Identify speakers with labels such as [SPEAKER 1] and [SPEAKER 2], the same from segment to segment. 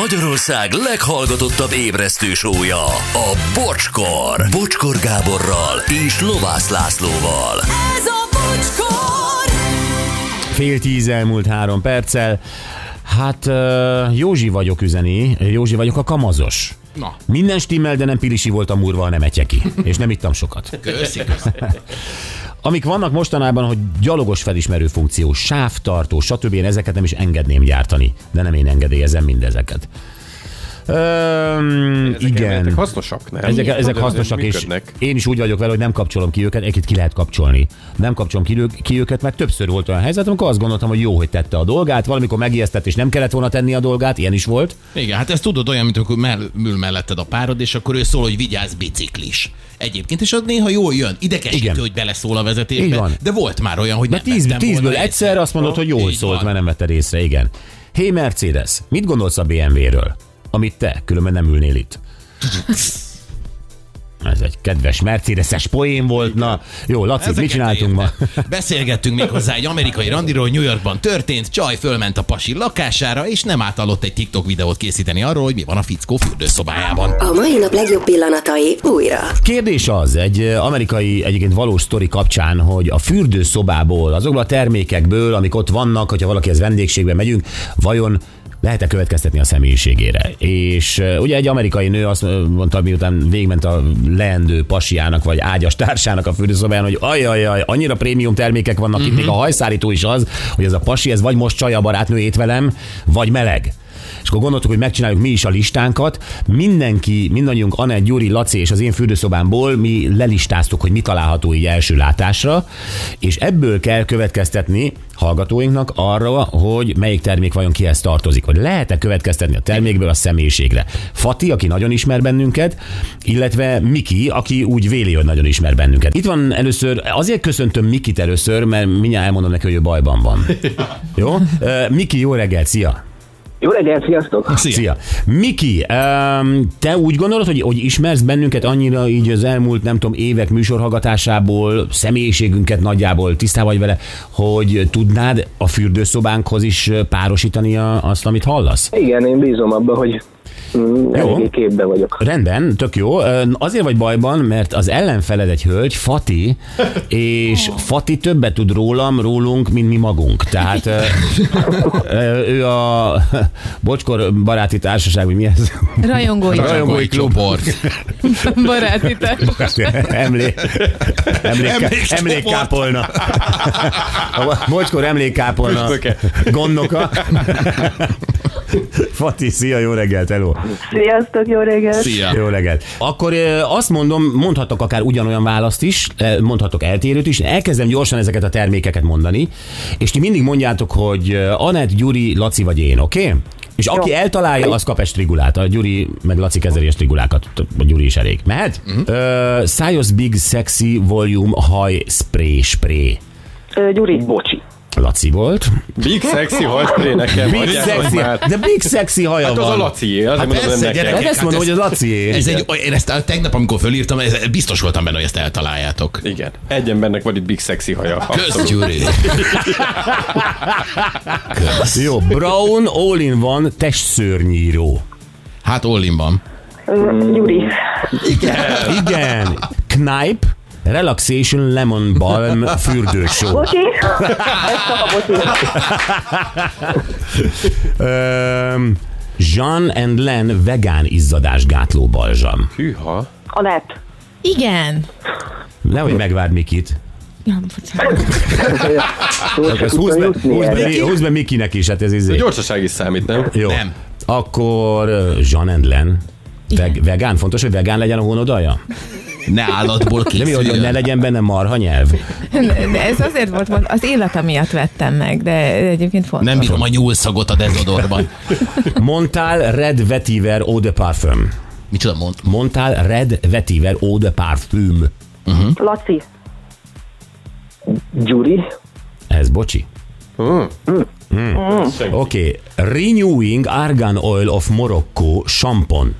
[SPEAKER 1] Magyarország leghallgatottabb ébresztő sója, a Bocskor. Bocskor Gáborral és Lovász Lászlóval.
[SPEAKER 2] Ez a bocskor!
[SPEAKER 3] Fél tíz elmúlt három perccel. Hát ö, Józsi vagyok üzeni, Józsi vagyok a kamazos.
[SPEAKER 4] Na.
[SPEAKER 3] Minden stimmel, de nem pilisi voltam úrva a nem ki. És nem ittam sokat.
[SPEAKER 4] Köszi, köszi.
[SPEAKER 3] Amik vannak mostanában, hogy gyalogos felismerő funkció, sávtartó, stb. Én ezeket nem is engedném gyártani. De nem én engedélyezem mindezeket. Öm, igen.
[SPEAKER 5] Ezek hasznosak, nem?
[SPEAKER 3] Ezek,
[SPEAKER 5] Igen.
[SPEAKER 3] ezek hasznosak, és
[SPEAKER 5] Működnek.
[SPEAKER 3] én is úgy vagyok vele, hogy nem kapcsolom ki őket, egyébként ki lehet kapcsolni. Nem kapcsolom ki, ő- ki őket, mert többször volt olyan helyzet, amikor azt gondoltam, hogy jó, hogy tette a dolgát, valamikor megijesztett, és nem kellett volna tenni a dolgát, ilyen is volt.
[SPEAKER 4] Igen, hát ez tudod olyan, mint amikor mell- ül melletted a párod, és akkor ő szól, hogy vigyázz biciklis. Egyébként, és az néha jól jön. Idegesítő,
[SPEAKER 3] Igen.
[SPEAKER 4] hogy beleszól a
[SPEAKER 3] Így
[SPEAKER 4] vezetésbe,
[SPEAKER 3] van.
[SPEAKER 4] de volt már olyan, hogy
[SPEAKER 3] De
[SPEAKER 4] nem
[SPEAKER 3] tíz,
[SPEAKER 4] vettem
[SPEAKER 3] tízből
[SPEAKER 4] volna
[SPEAKER 3] egyszer
[SPEAKER 4] észre.
[SPEAKER 3] azt mondod, hogy jól
[SPEAKER 4] Így
[SPEAKER 3] szólt,
[SPEAKER 4] van.
[SPEAKER 3] mert nem vetted észre, igen. Hé hey Mercedes, mit gondolsz a BMW-ről? Amit te, különben nem ülnél itt. Ez egy kedves Mercedes-es poén volt, na. Jó, Laci,
[SPEAKER 4] Ezeket
[SPEAKER 3] mit csináltunk ma?
[SPEAKER 4] értem. Beszélgettünk még hozzá egy amerikai randiról, New Yorkban történt, csaj fölment a pasi lakására, és nem átállott egy TikTok videót készíteni arról, hogy mi van a fickó fürdőszobájában.
[SPEAKER 6] A mai nap legjobb pillanatai újra.
[SPEAKER 3] Kérdés az, egy eh, amerikai egyébként valós sztori kapcsán, hogy a fürdőszobából, azokból a termékekből, amik ott vannak, hogyha valakihez vendégségbe megyünk, vajon lehet-e következtetni a személyiségére. És eh, ugye egy amerikai nő azt eh, mondta, miután végment a leendő pasiának vagy ágyas társának a fürdőszobán, hogy ajajaj, annyira prémium termékek vannak itt, még a hajszárító is az, hogy ez a pasi, ez vagy most csaja barátnőjét velem, vagy meleg. És akkor gondoltuk, hogy megcsináljuk mi is a listánkat. Mindenki, mindannyiunk, Anett, Gyuri, Laci és az én fürdőszobámból mi lelistáztuk, hogy mi található így első látásra, és ebből kell következtetni hallgatóinknak arra, hogy melyik termék vajon kihez tartozik, vagy lehet-e következtetni a termékből a személyiségre. Fati, aki nagyon ismer bennünket, illetve Miki, aki úgy véli, hogy nagyon ismer bennünket. Itt van először, azért köszöntöm Mikit először, mert mindjárt elmondom neki, hogy ő bajban van. Jó? Ö, Miki, jó reggelt, szia!
[SPEAKER 7] Jó reggelt, sziasztok!
[SPEAKER 4] Szia.
[SPEAKER 3] Szia. Miki, um, te úgy gondolod, hogy, hogy ismersz bennünket annyira így az elmúlt, nem tudom, évek műsorhallgatásából, személyiségünket nagyjából tisztá vagy vele, hogy tudnád a fürdőszobánkhoz is párosítani a, azt, amit hallasz?
[SPEAKER 7] Igen, én bízom abban, hogy mm, eléggé képben vagyok.
[SPEAKER 3] Rendben, tök jó. Ö, Azért vagy bajban, mert az ellenfeled egy hölgy, Fati, és Fati többet tud rólam, rólunk, mint mi magunk. Tehát ö, ö, ő a Bocskor Baráti Társaság, vagy mi ez?
[SPEAKER 8] Rajongói
[SPEAKER 3] Rajongói klub.
[SPEAKER 4] csoport.
[SPEAKER 8] baráti társaság.
[SPEAKER 3] Emlé... Emlék...
[SPEAKER 4] Emlékcsoport.
[SPEAKER 3] Emlékkápolna. A Bocskor emlékkápolna. Gondnoka. Fati, szia, jó reggelt, hello.
[SPEAKER 9] Sziasztok, jó reggelt!
[SPEAKER 4] Szia.
[SPEAKER 3] Jó reggelt. Akkor ö, azt mondom, mondhatok akár ugyanolyan választ is, ö, mondhatok eltérőt is. Elkezdem gyorsan ezeket a termékeket mondani, és ti mindig mondjátok, hogy ö, Anett, Gyuri, Laci vagy én, oké? Okay? És aki eltalálja, az kap egy strigulát. A Gyuri meg Laci kezeli a strigulákat. T- A Gyuri is elég. Mehet?
[SPEAKER 5] Mhm.
[SPEAKER 3] Ö, Szájos Big Sexy Volume Haj Spray Spray.
[SPEAKER 7] Ö, Gyuri, bocsi.
[SPEAKER 3] Laci volt.
[SPEAKER 5] Big sexy hajspray nekem.
[SPEAKER 3] Big
[SPEAKER 5] adják, hogy
[SPEAKER 3] sexy,
[SPEAKER 5] már-
[SPEAKER 3] de Big Sexy haja
[SPEAKER 5] Hát az
[SPEAKER 3] van.
[SPEAKER 5] a Lacié, azért
[SPEAKER 4] Hát
[SPEAKER 5] mondom,
[SPEAKER 4] persze,
[SPEAKER 5] hogy
[SPEAKER 4] gyerek.
[SPEAKER 5] nekem.
[SPEAKER 3] Hát ezt mondom, hogy az Lacié.
[SPEAKER 4] Ez egy, én ezt a- tegnap, amikor fölírtam, ez, biztos voltam benne, hogy ezt eltaláljátok.
[SPEAKER 5] Igen. Egy embernek van itt big sexy haja.
[SPEAKER 4] Kösz, Gyuri.
[SPEAKER 3] Jó, Brown All-in-One testszörnyíró.
[SPEAKER 4] Hát Ollinban.
[SPEAKER 9] Mm. Gyuri,
[SPEAKER 3] Igen. Knipe, Relaxation Lemon Balm fürdősó.
[SPEAKER 9] bocsi! Ez csak a bocsi.
[SPEAKER 3] Öm, Jean and Len vegán izzadás gátló balzsam.
[SPEAKER 5] Hűha.
[SPEAKER 9] Anett,
[SPEAKER 8] Igen.
[SPEAKER 3] Nehogy megvárd Mikit.
[SPEAKER 8] Nem, bocsánat.
[SPEAKER 7] Túl
[SPEAKER 3] Akkor
[SPEAKER 7] se
[SPEAKER 3] ezt húzd hát
[SPEAKER 7] tudtam
[SPEAKER 3] be,
[SPEAKER 7] Hát jutni
[SPEAKER 3] húzd,
[SPEAKER 7] erre.
[SPEAKER 3] be, húzd be Mikinek is, hát ez
[SPEAKER 5] A
[SPEAKER 3] izé.
[SPEAKER 5] gyorsaság is számít, nem?
[SPEAKER 3] Jó.
[SPEAKER 4] Nem.
[SPEAKER 3] Akkor ö, Jean and Len. Veg,
[SPEAKER 8] Igen.
[SPEAKER 3] vegán? Fontos, hogy vegán legyen a hónodaja?
[SPEAKER 4] Ne állatból
[SPEAKER 3] De mi, hogy ne
[SPEAKER 4] készüljön.
[SPEAKER 3] legyen benne marha nyelv?
[SPEAKER 8] De ez azért volt, mond- az illata miatt vettem meg, de egyébként fontos.
[SPEAKER 4] Nem bírom a nyúlszagot a dezodorban.
[SPEAKER 3] Montál Red Vetiver Eau de Parfum.
[SPEAKER 4] Micsoda mond?
[SPEAKER 3] Montál Red Vetiver Eau de Parfum.
[SPEAKER 9] Laci,
[SPEAKER 7] Gyuri,
[SPEAKER 3] Ez bocsi. Hmm.
[SPEAKER 5] Hm.
[SPEAKER 3] Oké, okay. Renewing Argan Oil of Morocco sampon.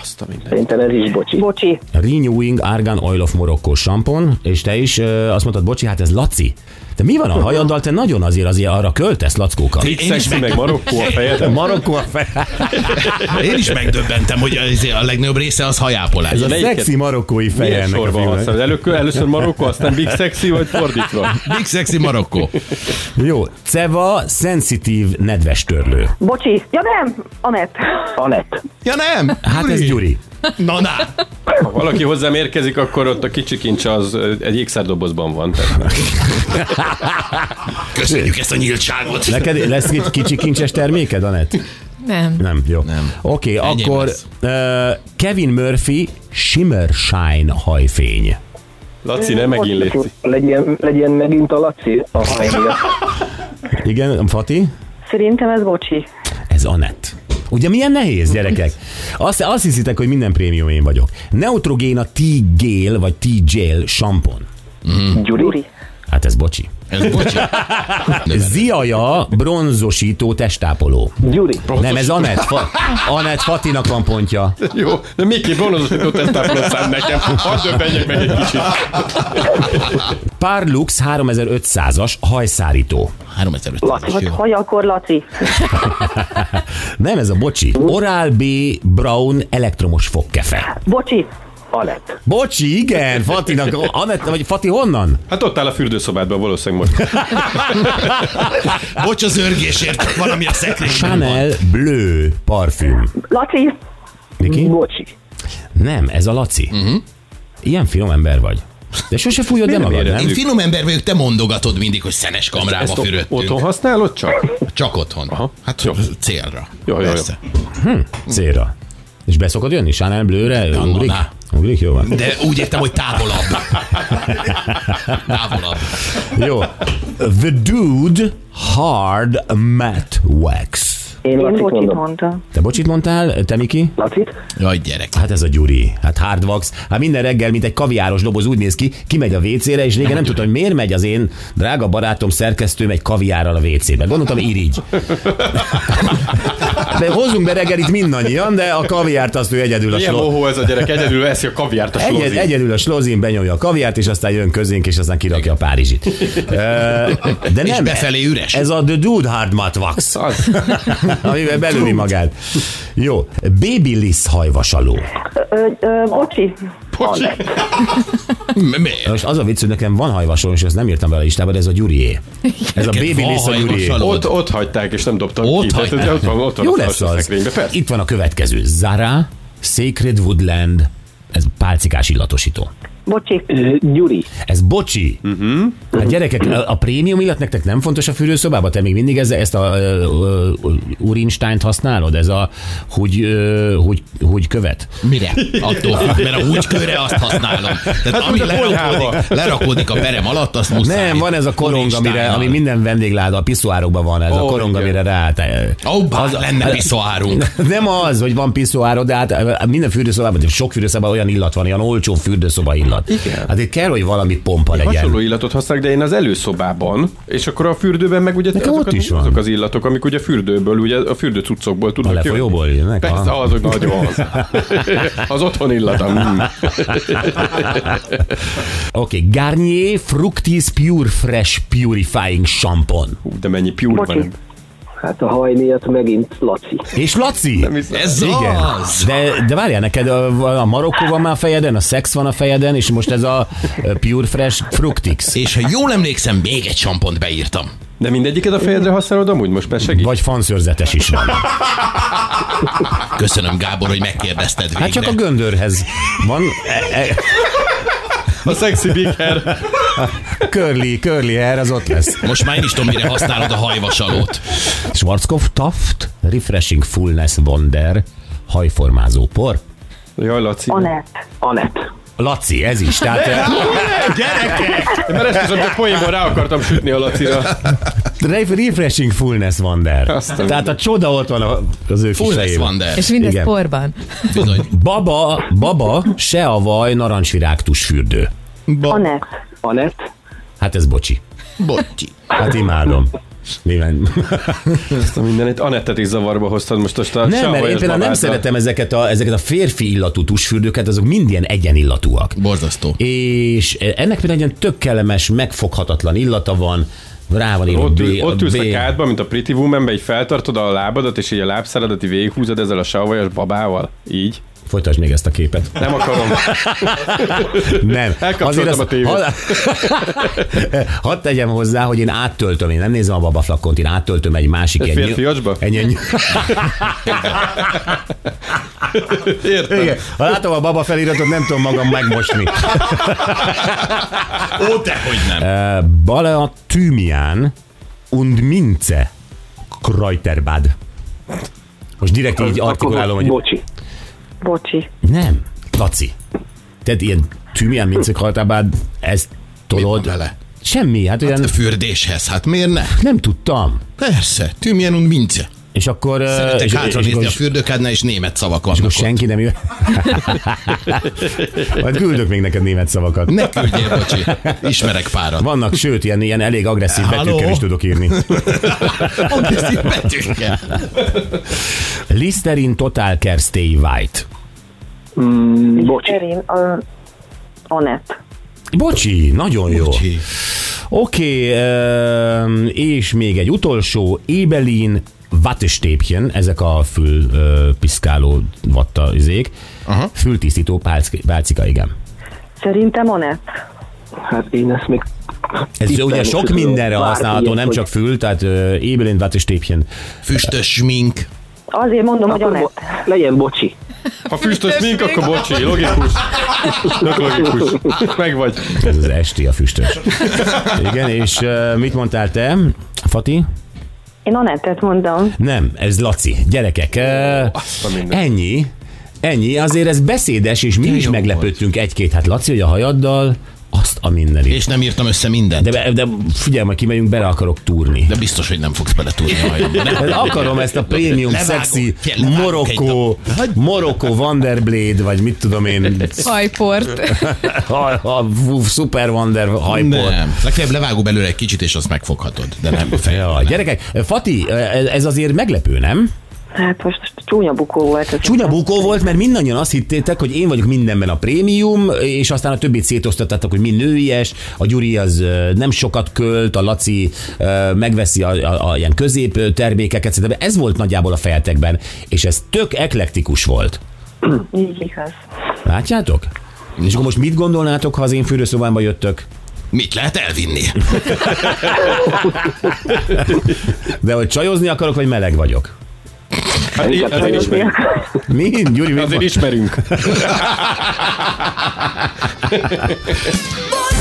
[SPEAKER 5] Azt a minden.
[SPEAKER 7] szerintem ez is bocsi.
[SPEAKER 9] bocsi,
[SPEAKER 3] Renewing Argan Oil of Morocco sampon, és te is ö, azt mondtad, bocsi, hát ez Laci. Te mi van a hajaddal? Te nagyon azért azért arra költesz, lackóka.
[SPEAKER 4] Én is
[SPEAKER 5] Szexi meg
[SPEAKER 4] meg-
[SPEAKER 5] Marokkó a fejed.
[SPEAKER 3] Marokkó a fe...
[SPEAKER 4] Én is megdöbbentem, hogy az- a legnagyobb része az hajápolás.
[SPEAKER 5] Ez a negyiket-
[SPEAKER 3] Szexi marokkói feje
[SPEAKER 5] Milyen
[SPEAKER 3] ennek a
[SPEAKER 5] sorban
[SPEAKER 3] filmnek.
[SPEAKER 5] használod? Először, először Marokkó, aztán Big Sexy, vagy fordítva?
[SPEAKER 4] Big Sexy Marokkó.
[SPEAKER 3] Jó, Ceva szenzitív nedves törlő.
[SPEAKER 9] Bocsi. Ja nem, Anett.
[SPEAKER 7] Anett.
[SPEAKER 4] Ja nem?
[SPEAKER 3] Hát ez Gyuri.
[SPEAKER 4] Na na.
[SPEAKER 5] Ha valaki hozzám érkezik, akkor ott a kicsi kincs az ö, egy ékszárdobozban van. Tehát
[SPEAKER 4] Köszönjük ezt a nyíltságot.
[SPEAKER 3] Neked lesz egy kicsi kincses terméked, Anett?
[SPEAKER 8] Nem.
[SPEAKER 3] Nem, jó.
[SPEAKER 4] Nem.
[SPEAKER 3] Oké,
[SPEAKER 4] Enyém
[SPEAKER 3] akkor
[SPEAKER 4] lesz.
[SPEAKER 3] uh, Kevin Murphy Shimmer Shine hajfény.
[SPEAKER 5] Laci, ne megint létszik.
[SPEAKER 7] Legyen, legyen megint a Laci a haj miatt.
[SPEAKER 3] Igen, Fati?
[SPEAKER 9] Szerintem ez bocsi.
[SPEAKER 3] Ez Anett. Ugye milyen nehéz, gyerekek? Azt, azt hiszitek, hogy minden prémium én vagyok. Neutrogén a T-gél vagy T-gél sampon.
[SPEAKER 7] Gyuri.
[SPEAKER 3] Hát ez bocsi.
[SPEAKER 4] Ez bocsi.
[SPEAKER 3] Ziaja bronzosító testápoló.
[SPEAKER 7] Gyuri.
[SPEAKER 3] Nem, ez Anett. Fa- Anett Fatinak van pontja.
[SPEAKER 5] Jó, de Miki, bonozosított ezt táplálszám nekem. Hadd döbbenjek meg egy kicsit.
[SPEAKER 3] Parlux 3500-as hajszárító.
[SPEAKER 4] 3500
[SPEAKER 9] Vagy haj, akkor Laci.
[SPEAKER 3] Nem ez a bocsi. Oral B. Brown elektromos fogkefe.
[SPEAKER 9] Bocsi.
[SPEAKER 7] Anett.
[SPEAKER 3] Bocsi, igen, Fatinak. Anett, vagy Fati honnan?
[SPEAKER 5] Hát ott áll a fürdőszobádban valószínűleg most.
[SPEAKER 4] Bocs az örgésért, valami a szekrényben van.
[SPEAKER 3] Chanel Bleu parfüm.
[SPEAKER 9] Laci.
[SPEAKER 3] Niki?
[SPEAKER 7] Bocsi.
[SPEAKER 3] Nem, ez a Laci.
[SPEAKER 4] Mhm.
[SPEAKER 3] Uh-huh. Ilyen finom ember vagy. De sose fújod el
[SPEAKER 5] Miért nem
[SPEAKER 3] magad,
[SPEAKER 5] éred?
[SPEAKER 3] nem?
[SPEAKER 4] Én finom ember vagyok, te mondogatod mindig, hogy szenes kamrába
[SPEAKER 5] Ezt o-
[SPEAKER 4] fürödtünk.
[SPEAKER 5] otthon használod csak?
[SPEAKER 4] Csak otthon.
[SPEAKER 5] Aha.
[SPEAKER 4] Hát
[SPEAKER 5] Jó.
[SPEAKER 4] célra.
[SPEAKER 5] Jó, jó, jó.
[SPEAKER 4] Persze.
[SPEAKER 3] Célra. És be szokod jönni Chanel Bleu-re?
[SPEAKER 4] na,
[SPEAKER 3] Ugrik?
[SPEAKER 4] na.
[SPEAKER 3] Ugrik? Jó van.
[SPEAKER 4] De úgy értem, hogy távolabb. távolabb.
[SPEAKER 3] Jó. The Dude Hard Matte Wax.
[SPEAKER 7] Én
[SPEAKER 9] Én
[SPEAKER 7] Lacit
[SPEAKER 9] bocsit
[SPEAKER 7] mondom.
[SPEAKER 9] mondtam.
[SPEAKER 3] Te bocsit mondtál, te Miki?
[SPEAKER 7] Lacit?
[SPEAKER 4] Jaj, gyerek.
[SPEAKER 3] Hát ez a Gyuri, hát hardvax. Hát minden reggel, mint egy kaviáros doboz úgy néz ki, kimegy a WC-re, és régen nem tudtam, hogy miért megy az én drága barátom, szerkesztőm egy kaviárral a WC-be. Gondoltam, irigy. De hozzunk be reggelit mindannyian, de a kaviárt azt ő egyedül a
[SPEAKER 5] Milyen
[SPEAKER 3] sló...
[SPEAKER 5] mohó ez a gyerek, egyedül eszi a kaviárt a
[SPEAKER 3] Egyed,
[SPEAKER 5] slózin.
[SPEAKER 3] egyedül a slozin benyomja a kaviárt, és aztán jön közénk, és aztán kirakja a Párizsit. Ö, De
[SPEAKER 4] És
[SPEAKER 3] nem,
[SPEAKER 4] befelé üres.
[SPEAKER 3] ez a The Dude Hard Matte Wax,
[SPEAKER 5] Az.
[SPEAKER 3] amivel belüli magát. Jó, Baby Liss hajvasaló.
[SPEAKER 9] Ö, ö, ö, Bocsi.
[SPEAKER 5] Bocsi.
[SPEAKER 4] M- Miért?
[SPEAKER 3] Most az a vicc, hogy nekem van hajvasalom, és ezt nem írtam vele a listába, de ez a Gyurié. Ez a
[SPEAKER 4] Neked
[SPEAKER 3] baby
[SPEAKER 4] van
[SPEAKER 3] Liss a Gyurié.
[SPEAKER 4] hajvasalod?
[SPEAKER 5] Ott, ott hagyták, és nem dobtam
[SPEAKER 4] Ott
[SPEAKER 5] ki. Tehát,
[SPEAKER 4] hagyták.
[SPEAKER 5] ott van, ott van
[SPEAKER 3] Jó
[SPEAKER 5] a
[SPEAKER 3] lesz
[SPEAKER 5] alsó
[SPEAKER 3] az.
[SPEAKER 5] szekrényben, persze.
[SPEAKER 3] Itt van a következő. Zara, Sacred Woodland, ez pálcikás illatosító.
[SPEAKER 9] Bocsi.
[SPEAKER 7] Ö, Gyuri.
[SPEAKER 3] Ez bocsi. Uh-huh.
[SPEAKER 5] Mhm.
[SPEAKER 3] Hát gyerekek, a, a prémium illat nektek nem fontos a fürőszobában? Te még mindig ezzel, ezt a ö, ö, urinsteint használod? Ez a hogy, ö, hogy, hogy követ?
[SPEAKER 4] Mire? Attól függ, mert a húgykőre azt használom. Tehát hát ami
[SPEAKER 5] mint a konyhába.
[SPEAKER 4] lerakódik, lerakódik a perem alatt, azt muszáj.
[SPEAKER 3] Nem, van ez a korong, amire, ami minden vendégláda, a piszoárokban van ez a
[SPEAKER 5] Ó,
[SPEAKER 3] korong,
[SPEAKER 5] igen.
[SPEAKER 3] amire ráállt.
[SPEAKER 4] Ó, bár lenne piszoárunk.
[SPEAKER 3] Nem az, hogy van piszoárod, de hát minden fürdőszobában, de sok fürdőszobában olyan illat van, olyan olcsó fürdőszoba illat.
[SPEAKER 5] Igen.
[SPEAKER 3] Hát itt kell, hogy valami pompa
[SPEAKER 5] Hasonló
[SPEAKER 3] legyen.
[SPEAKER 5] illatot használok, de én az előszobában, és akkor a fürdőben meg ugye
[SPEAKER 3] Nekem
[SPEAKER 5] azok,
[SPEAKER 3] ott
[SPEAKER 5] a-
[SPEAKER 3] is van.
[SPEAKER 5] azok az illatok, amik ugye a fürdőből, ugye a fürdőcuccokból tudnak
[SPEAKER 3] A lefolyóból jönnek?
[SPEAKER 5] Persze,
[SPEAKER 3] Aha.
[SPEAKER 5] azok nagyon az. Az otthon illata. Mm.
[SPEAKER 3] Oké, okay. Garnier Fructis Pure Fresh Purifying Shampoo.
[SPEAKER 5] Hú, De mennyi pure
[SPEAKER 9] Bocsi.
[SPEAKER 5] van.
[SPEAKER 7] Hát a haj miatt megint Laci.
[SPEAKER 3] És Laci?
[SPEAKER 4] Ez
[SPEAKER 3] Igen.
[SPEAKER 4] az.
[SPEAKER 3] De, de várjál, neked a, a Marokkó van már a fejeden, a szex van a fejeden, és most ez a ö, Pure Fresh Fructix.
[SPEAKER 4] És ha jól emlékszem, még egy sampont beírtam.
[SPEAKER 5] De mindegyiket a fejedre használod amúgy? Most már segít.
[SPEAKER 3] Vagy fanszörzetes is van.
[SPEAKER 4] Köszönöm, Gábor, hogy megkérdezted végre.
[SPEAKER 3] Hát csak a göndörhez van. E, e,
[SPEAKER 5] A sexy big hair.
[SPEAKER 3] curly, curly hair, az ott lesz.
[SPEAKER 4] Most már én is tudom, mire használod a hajvasalót.
[SPEAKER 3] Schwarzkopf Taft, Refreshing Fullness Wonder, hajformázó por.
[SPEAKER 5] Jaj, Laci.
[SPEAKER 9] Anett.
[SPEAKER 7] Anett.
[SPEAKER 3] Laci, ez is. Tehát eh,
[SPEAKER 5] Mert ezt hiszem, hogy poénból rá akartam sütni a Lacira.
[SPEAKER 3] ref- Refreshing Fullness Wonder.
[SPEAKER 5] Azt a
[SPEAKER 3] Tehát a
[SPEAKER 5] mindenit.
[SPEAKER 3] csoda ott van a- az ő kis
[SPEAKER 4] Fullness
[SPEAKER 3] fejében.
[SPEAKER 4] Wander.
[SPEAKER 8] És mindez
[SPEAKER 3] Igen.
[SPEAKER 8] porban.
[SPEAKER 4] Bizony.
[SPEAKER 3] Baba, baba, se a vaj, narancsvirágtus fürdő.
[SPEAKER 9] Anett.
[SPEAKER 7] Anett.
[SPEAKER 3] Hát ez bocsi.
[SPEAKER 4] Bocsi.
[SPEAKER 3] Hát imádom. Nyilván.
[SPEAKER 5] Ezt a mindenit. Anettet is zavarba hoztad most a sta-
[SPEAKER 3] Nem, mert én
[SPEAKER 5] sávajos
[SPEAKER 3] például nem
[SPEAKER 5] babáddal.
[SPEAKER 3] szeretem ezeket a, ezeket a férfi illatú tusfürdőket, azok mind ilyen egyenillatúak.
[SPEAKER 4] Borzasztó.
[SPEAKER 3] És ennek például egy ilyen tök kellemes, megfoghatatlan illata van, rá van írva
[SPEAKER 5] Ott,
[SPEAKER 3] B,
[SPEAKER 5] ül, ott ülsz
[SPEAKER 3] B.
[SPEAKER 5] a kádba, mint a Pretty Womanbe, így feltartod a lábadat, és így a lábszáradat így végighúzod ezzel a savajas babával. Így.
[SPEAKER 3] Folytasd még ezt a képet.
[SPEAKER 5] Nem akarom.
[SPEAKER 3] Nem.
[SPEAKER 5] Elkapcsoltam a tévét.
[SPEAKER 3] Ha, hadd tegyem hozzá, hogy én áttöltöm, én nem nézem a babaflakont, én áttöltöm egy másik
[SPEAKER 5] Egy
[SPEAKER 3] ilyen nyil-
[SPEAKER 5] férfiacsba?
[SPEAKER 3] Egy ilyen, nyil-
[SPEAKER 5] Értem.
[SPEAKER 3] igen. Ha látom a baba feliratot, nem tudom magam megmosni.
[SPEAKER 4] Ó, te hogy nem.
[SPEAKER 3] Eh, Balea Thymian und Mince Kreuterbad. Most direkt így artikulálom, hogy
[SPEAKER 7] Bocsi.
[SPEAKER 9] Bocsi.
[SPEAKER 3] nem, Laci. Tehát ilyen Thymian Mince Kreuterbad, ezt
[SPEAKER 4] van
[SPEAKER 3] tudod?
[SPEAKER 4] vele?
[SPEAKER 3] Semmi, hát olyan
[SPEAKER 4] A fürdéshez, hát miért ne?
[SPEAKER 3] nem tudtam.
[SPEAKER 4] Persze, tűmjen und mince.
[SPEAKER 3] És akkor... eh,
[SPEAKER 4] Szeretek
[SPEAKER 3] és-
[SPEAKER 4] hátra
[SPEAKER 3] és-
[SPEAKER 4] nézni a
[SPEAKER 3] és-
[SPEAKER 4] fürdőkádnál, és német szavak
[SPEAKER 3] És
[SPEAKER 4] vannak
[SPEAKER 3] most senki nem jön. Majd küldök még neked német szavakat.
[SPEAKER 4] ott. Ne küldjél, bocsi. Ismerek párat.
[SPEAKER 3] Vannak, sőt, ilyen, ilyen elég agresszív
[SPEAKER 4] Halló?
[SPEAKER 3] betűkkel is tudok írni.
[SPEAKER 4] Agresszív betűkkel.
[SPEAKER 3] Listerin Total Care Stay White.
[SPEAKER 7] Bocsi.
[SPEAKER 9] Erin, uh, Anett.
[SPEAKER 3] Bocsi, nagyon jó.
[SPEAKER 4] Bocsi.
[SPEAKER 3] Oké, okay, és még egy utolsó, Ébelin Wattestépchen, ezek a fül ö, piszkáló vatta izék, Aha. fültisztító pálc- pálcika, igen.
[SPEAKER 9] Szerintem Anett.
[SPEAKER 7] Hát én ezt még...
[SPEAKER 3] Ez
[SPEAKER 7] tippelni
[SPEAKER 3] ugye sok
[SPEAKER 7] tudom.
[SPEAKER 3] mindenre
[SPEAKER 7] Bármi
[SPEAKER 3] használható,
[SPEAKER 7] ilyet,
[SPEAKER 3] nem
[SPEAKER 7] hogy-
[SPEAKER 3] csak fül, tehát ö, Ébelin Wattestépchen.
[SPEAKER 4] Füstös smink.
[SPEAKER 9] Azért mondom, hogy
[SPEAKER 7] Akkor
[SPEAKER 9] Anett.
[SPEAKER 7] bo- legyen bocsi.
[SPEAKER 5] Ha füstös mink, akkor bocsi, logikus. Tök logikus. Meg vagy.
[SPEAKER 3] Ez az esti a füstös. Igen, és ö, mit mondtál te, Fati?
[SPEAKER 9] Én Anettet mondom.
[SPEAKER 3] Nem, ez Laci. Gyerekek, ö,
[SPEAKER 5] Azt a minden.
[SPEAKER 3] ennyi. Ennyi, azért ez beszédes, és mi is
[SPEAKER 4] jó
[SPEAKER 3] meglepődtünk egy-két. Hát Laci, hogy a hajaddal azt a mindenit.
[SPEAKER 4] És nem írtam össze mindent.
[SPEAKER 3] De,
[SPEAKER 4] De,
[SPEAKER 3] be- de figyelj, majd kimegyünk, bele akarok túrni.
[SPEAKER 4] de biztos, hogy nem fogsz beletúrni a hajamba. Ne.
[SPEAKER 3] Hát akarom ezt a prémium,
[SPEAKER 4] Levágok.
[SPEAKER 3] szexi,
[SPEAKER 4] Figyelj, levágok
[SPEAKER 3] Morokó,
[SPEAKER 4] egy nap.
[SPEAKER 3] Morokó Vanderblade, vagy mit tudom én,
[SPEAKER 8] Hajport.
[SPEAKER 3] ha- ha- fú, Super Wonder hajport.
[SPEAKER 4] Nem. Legfeljebb levágom belőle egy kicsit, és azt megfoghatod. De nem fejlem.
[SPEAKER 3] Ja, gyerekek, Fati, ez ez azért meglepő, nem?
[SPEAKER 9] Hát most csúnya bukó volt. Ez
[SPEAKER 3] Csúnya bukó volt, mert mindannyian azt hittétek, hogy én vagyok mindenben a prémium, és aztán a többit szétosztattátok, hogy mi nőies, a Gyuri az ö, nem sokat költ, a Laci ö, megveszi a, a, a ilyen közép ö, termékeket, de ez volt nagyjából a fejetekben, és ez tök eklektikus volt.
[SPEAKER 9] Így igaz.
[SPEAKER 3] Látjátok? És akkor most mit gondolnátok, ha az én fürdőszobámba jöttök?
[SPEAKER 4] Mit lehet elvinni?
[SPEAKER 3] De hogy csajozni akarok, vagy meleg vagyok?
[SPEAKER 5] Hát így, azért ismerünk.
[SPEAKER 3] Mi? Gyuri, mit
[SPEAKER 5] Azért
[SPEAKER 3] mond-
[SPEAKER 5] ismerünk.
[SPEAKER 2] Bocskor!